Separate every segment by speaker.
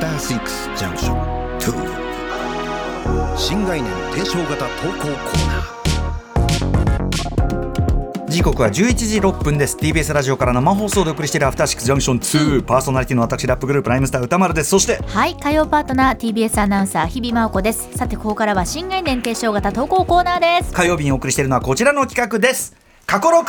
Speaker 1: ターシックスジャンクション2新概念提唱型投稿コーナー
Speaker 2: 時刻は11時6分です TBS ラジオから生放送でお送りしているアフターシックスジャンクション2パーソナリティの私ラップグループライムスター歌丸ですそして
Speaker 3: はい火曜パートナー TBS アナウンサー日比真央子ですさてここからは新概念提唱型投稿コーナーです
Speaker 2: 火曜日にお送りしているのはこちらの企画です過去6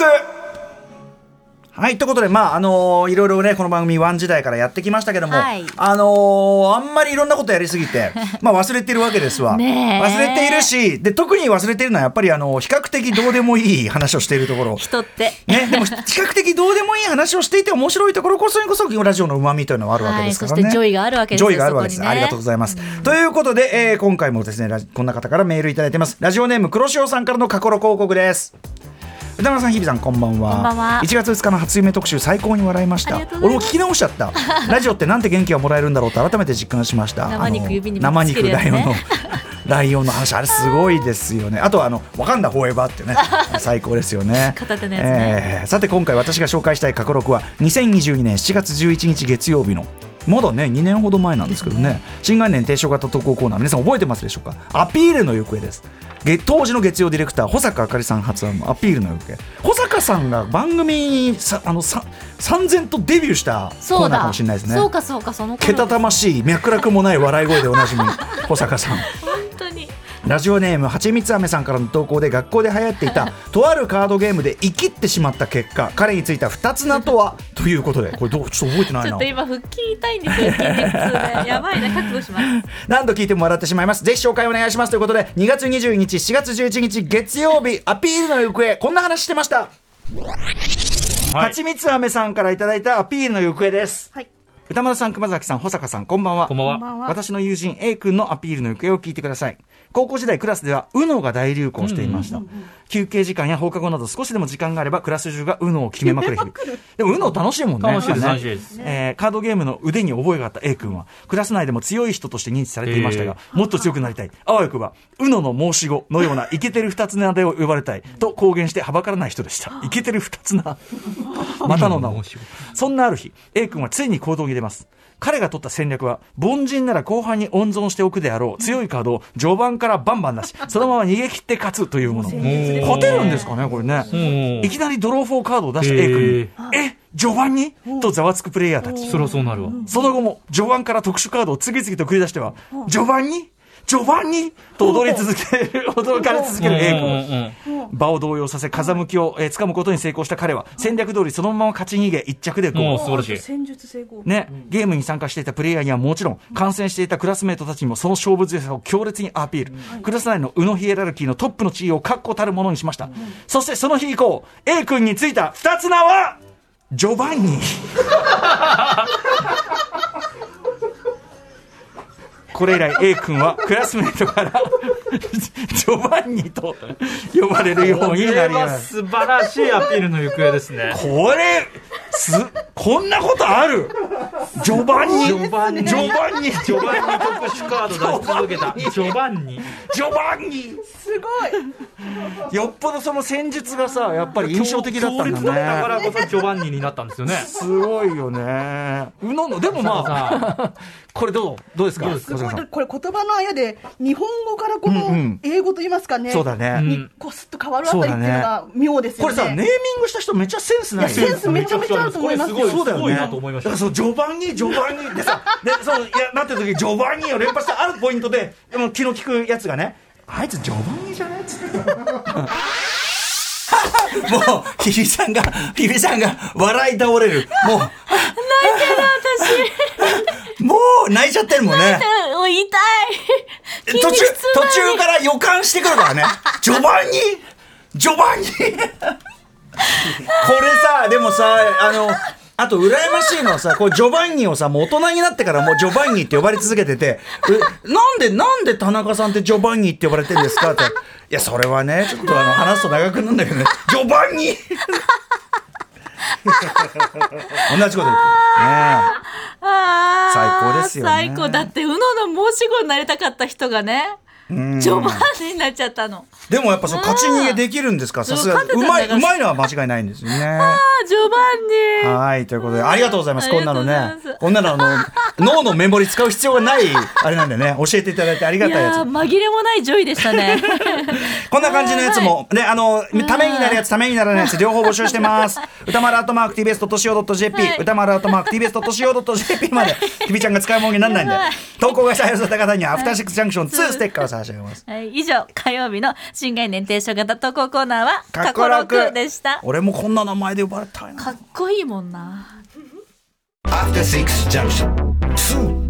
Speaker 2: はいということでまああのーいろいろねこの番組ワン時代からやってきましたけども、
Speaker 3: はい
Speaker 2: あのーあんまりいろんなことやりすぎ てまあ忘れてるわけですわ
Speaker 3: ねえ
Speaker 2: 忘れているしで特に忘れてるのはやっぱりあのー比較的どうでもいい話をしているところ
Speaker 3: 人って
Speaker 2: ね、でも比較的どうでもいい話をしていて面白いところこそにこそラジオのうまみというのはあるわけですからね。
Speaker 3: はいそしてジョイがあるわけですよ
Speaker 2: ジョイがあるわけです。
Speaker 3: そこにね
Speaker 2: ありがとうございます。ということで、えー今回もですねラジこんな方からメールいただいてます。ラジオネーム黒潮さんからの過去の広告です。歌丸さん、日比さん、こんばんは。
Speaker 3: こんばんは
Speaker 2: 1月2日の初夢特集、最高に笑いまし
Speaker 3: あ
Speaker 2: た
Speaker 3: りがと。うござ
Speaker 2: 俺も
Speaker 3: います
Speaker 2: 聞き直しちゃった。ラジオってなんて元気がもらえるんだろうと改めて実感しました。
Speaker 3: 生肉
Speaker 2: あの
Speaker 3: 指に
Speaker 2: 生
Speaker 3: 巻きつけ
Speaker 2: 肉
Speaker 3: るや
Speaker 2: ライオ
Speaker 3: つね
Speaker 2: ンの。 ライオンの話あれすごいですよね。あとはあのわかんだフォーエバーってね 最高ですよね。
Speaker 3: 片手のやつね
Speaker 2: えーさて今回私が紹介したい過去6は2022年7月11日月曜日のまだね2年ほど前なんですけどね新概念提唱型投稿コーナー皆さん覚えてますでしょうかアピールの行方ですげ当時の月曜ディレクター保坂あかりさん発案のアピールの行方保坂さんが番組にさあのさ三千とデビューしたコ
Speaker 3: そ
Speaker 2: ーナー
Speaker 3: うだ
Speaker 2: かもしれないですね
Speaker 3: そうかそうかその
Speaker 2: けた
Speaker 3: 頃
Speaker 2: たましい脈絡もない笑い声でおなじみ保坂さん
Speaker 3: 本当に
Speaker 2: ラジオネームはちみつあめさんからの投稿で学校で流行ってい たとあるカードゲームで生きってしまった結果彼についた二つ名とはということでこれどうちょっと覚えてない
Speaker 3: ちょ
Speaker 2: な
Speaker 3: っと今腹筋痛いんですよ筋肉痛 でやばいな覚悟します
Speaker 2: 何度聞いても笑ってしまいますぜひ紹介お願いしますということで2月22日4月11日月曜日アピールの行方こんな話してましたはちみつあめさんからいただいたアピールの行方です、
Speaker 3: はい
Speaker 2: 歌丸さん熊崎さん保坂さんこんばんは
Speaker 4: こんばんは。
Speaker 2: 私の友人 A 君のアピールの行方を聞いてください。高校時代クラスでは UNO が大流行していました。休憩時間や放課後など少しでも時間があればクラス中が UNO を決めまくる日々。でも UNO 楽しいもんね。
Speaker 4: 楽しいです
Speaker 2: ね
Speaker 4: 楽しいです
Speaker 2: えーカードゲームの腕に覚えがあった A 君は、クラス内でも強い人として認知されていましたが、もっと強くなりたい。あわよくば、UNO の申し子のよう なイケてる二つ名で呼ばれたい。と公言してはばからない人でした。イケてる二つ名。 またの名を。そんなある日、A 君はついに行動に出ます。彼が取った戦略は、凡人なら後半に温存しておくであろう強いカードを序盤からバンバン出し、そのまま逃げ切って勝つというもの。勝てるんですかね、これね。
Speaker 4: うん
Speaker 2: いきなりドロー4カードを出した A 君に、え序盤にとざわつくプレイヤーたち。
Speaker 4: そりゃそうなるわ。
Speaker 2: その後も序盤から特殊カードを次々と繰り出しては、序盤に序盤にと踊り続ける、驚かれ続ける A 君。場を動揺させ風向きをえー掴むことに成功した彼は戦略通りそのまま勝ち逃げ一着でゴール
Speaker 4: もう素晴らしい。
Speaker 5: 戦術成功
Speaker 2: ね、ゲームに参加していたプレイヤーにはもちろん、観戦していたクラスメートたちにもその勝負強さを強烈にアピール。クラス内の宇野ヒエラルキーのトップの地位を確固たるものにしました。そしてその日以降、A 君についた二つ名は、ジョバンニ。これ以来 A 君はクラスメートからジョバンニと呼ばれるようになります。
Speaker 4: 素晴らしいアピールの行方ですね。
Speaker 2: これ、す、こんなことあるジョバンニ。
Speaker 4: 序盤に、
Speaker 2: ジョ
Speaker 4: 序
Speaker 2: バンニ。ジョバンニ
Speaker 4: 盤に特殊カード出し続けた。序盤に。
Speaker 2: ジョバンニすごいよっぽどその戦術がさやっぱり印象的だった
Speaker 4: 強
Speaker 2: ん
Speaker 4: 烈だったか
Speaker 2: だね
Speaker 4: らこそ序盤にになったんですよね。
Speaker 2: すごいよねうののでもまあこれどうどうですか
Speaker 4: どうです
Speaker 5: す
Speaker 2: 小坂
Speaker 5: ご
Speaker 2: さん
Speaker 5: いこれ言葉のあやで日本語からこ
Speaker 2: うんうん
Speaker 5: の英語と言いますかね、
Speaker 2: そうだね、
Speaker 4: うん
Speaker 5: こうすっと変わるあたりっていうのが妙です
Speaker 2: こ
Speaker 5: よ
Speaker 2: れ
Speaker 5: ね
Speaker 2: さネーミングした人めっちゃセンスない
Speaker 5: いやセンスめちゃめちゃあると思いますよ
Speaker 4: これす
Speaker 2: そう
Speaker 4: ご
Speaker 2: だ
Speaker 4: い、す
Speaker 2: よ
Speaker 4: ごい
Speaker 2: ね。
Speaker 4: なと思いました
Speaker 2: だから。その序盤に序盤にでさ、でそのいやなってる時序盤にを連発したあるポイントで、でも気の利くやつがね、あいつ序盤にじゃないっつって。もう日比さんが日比さんが笑い倒れる。もう泣いてる私。もう泣いちゃってるもんね。
Speaker 3: お痛 い
Speaker 2: 途中途中から予感してくるからね序盤に序盤にこれさでもさあのあと、羨ましいのはさ、こう、ジョバンニをさ、もう大人になってからもうジョバンニって呼ばれ続けてて、えなんで、なんで田中さんってジョバンニって呼ばれてるんですかって。いや、それはね、ちょっとあの、話すと長くなるんだけどね、ジョバンニ同じこと言ってる。ねえ
Speaker 3: あー
Speaker 2: 最高ですよね
Speaker 3: 最高だってうのの申し子になりたかった人がねジョバンニになっちゃったの。
Speaker 2: でもやっぱそう勝ち逃げできるんですからさすが
Speaker 3: そう
Speaker 2: うまい
Speaker 3: 勝てた
Speaker 2: うん
Speaker 3: だから
Speaker 2: まいのは間違いないんですよね。
Speaker 3: あ、ジョバンニ。
Speaker 2: はいということでありがとうございます
Speaker 3: あ
Speaker 2: こ
Speaker 3: り
Speaker 2: んな
Speaker 3: がと
Speaker 2: の
Speaker 3: うござい
Speaker 2: ね
Speaker 3: ます
Speaker 2: こんなのあの 脳のメモリ使う必要がないあれなんでね教えていただいてありが
Speaker 3: い
Speaker 2: たいや
Speaker 3: やー、紛れもないジョイでしたね。
Speaker 2: つこんな感じのやつもねあのためになるやつためにならないやつ両方募集してます 歌丸アットマーク TBS ととしお .jp
Speaker 3: はい
Speaker 2: 歌丸アットマーク TBS ととしお .jp まで日比ちゃんが使い物にならないんで
Speaker 3: やばい
Speaker 2: 投稿が採用された方にはアフターシックスジャンクション2ステッカーを差し上げます
Speaker 3: はい、以上、火曜日の新概念提唱型投稿コーナーは、
Speaker 2: か
Speaker 3: 過
Speaker 2: っこ
Speaker 3: 去
Speaker 2: 楽
Speaker 3: 6でした。
Speaker 2: 俺もこんな名前で呼ばれたいな
Speaker 3: かっこいいもんな。
Speaker 2: After Six Junction 2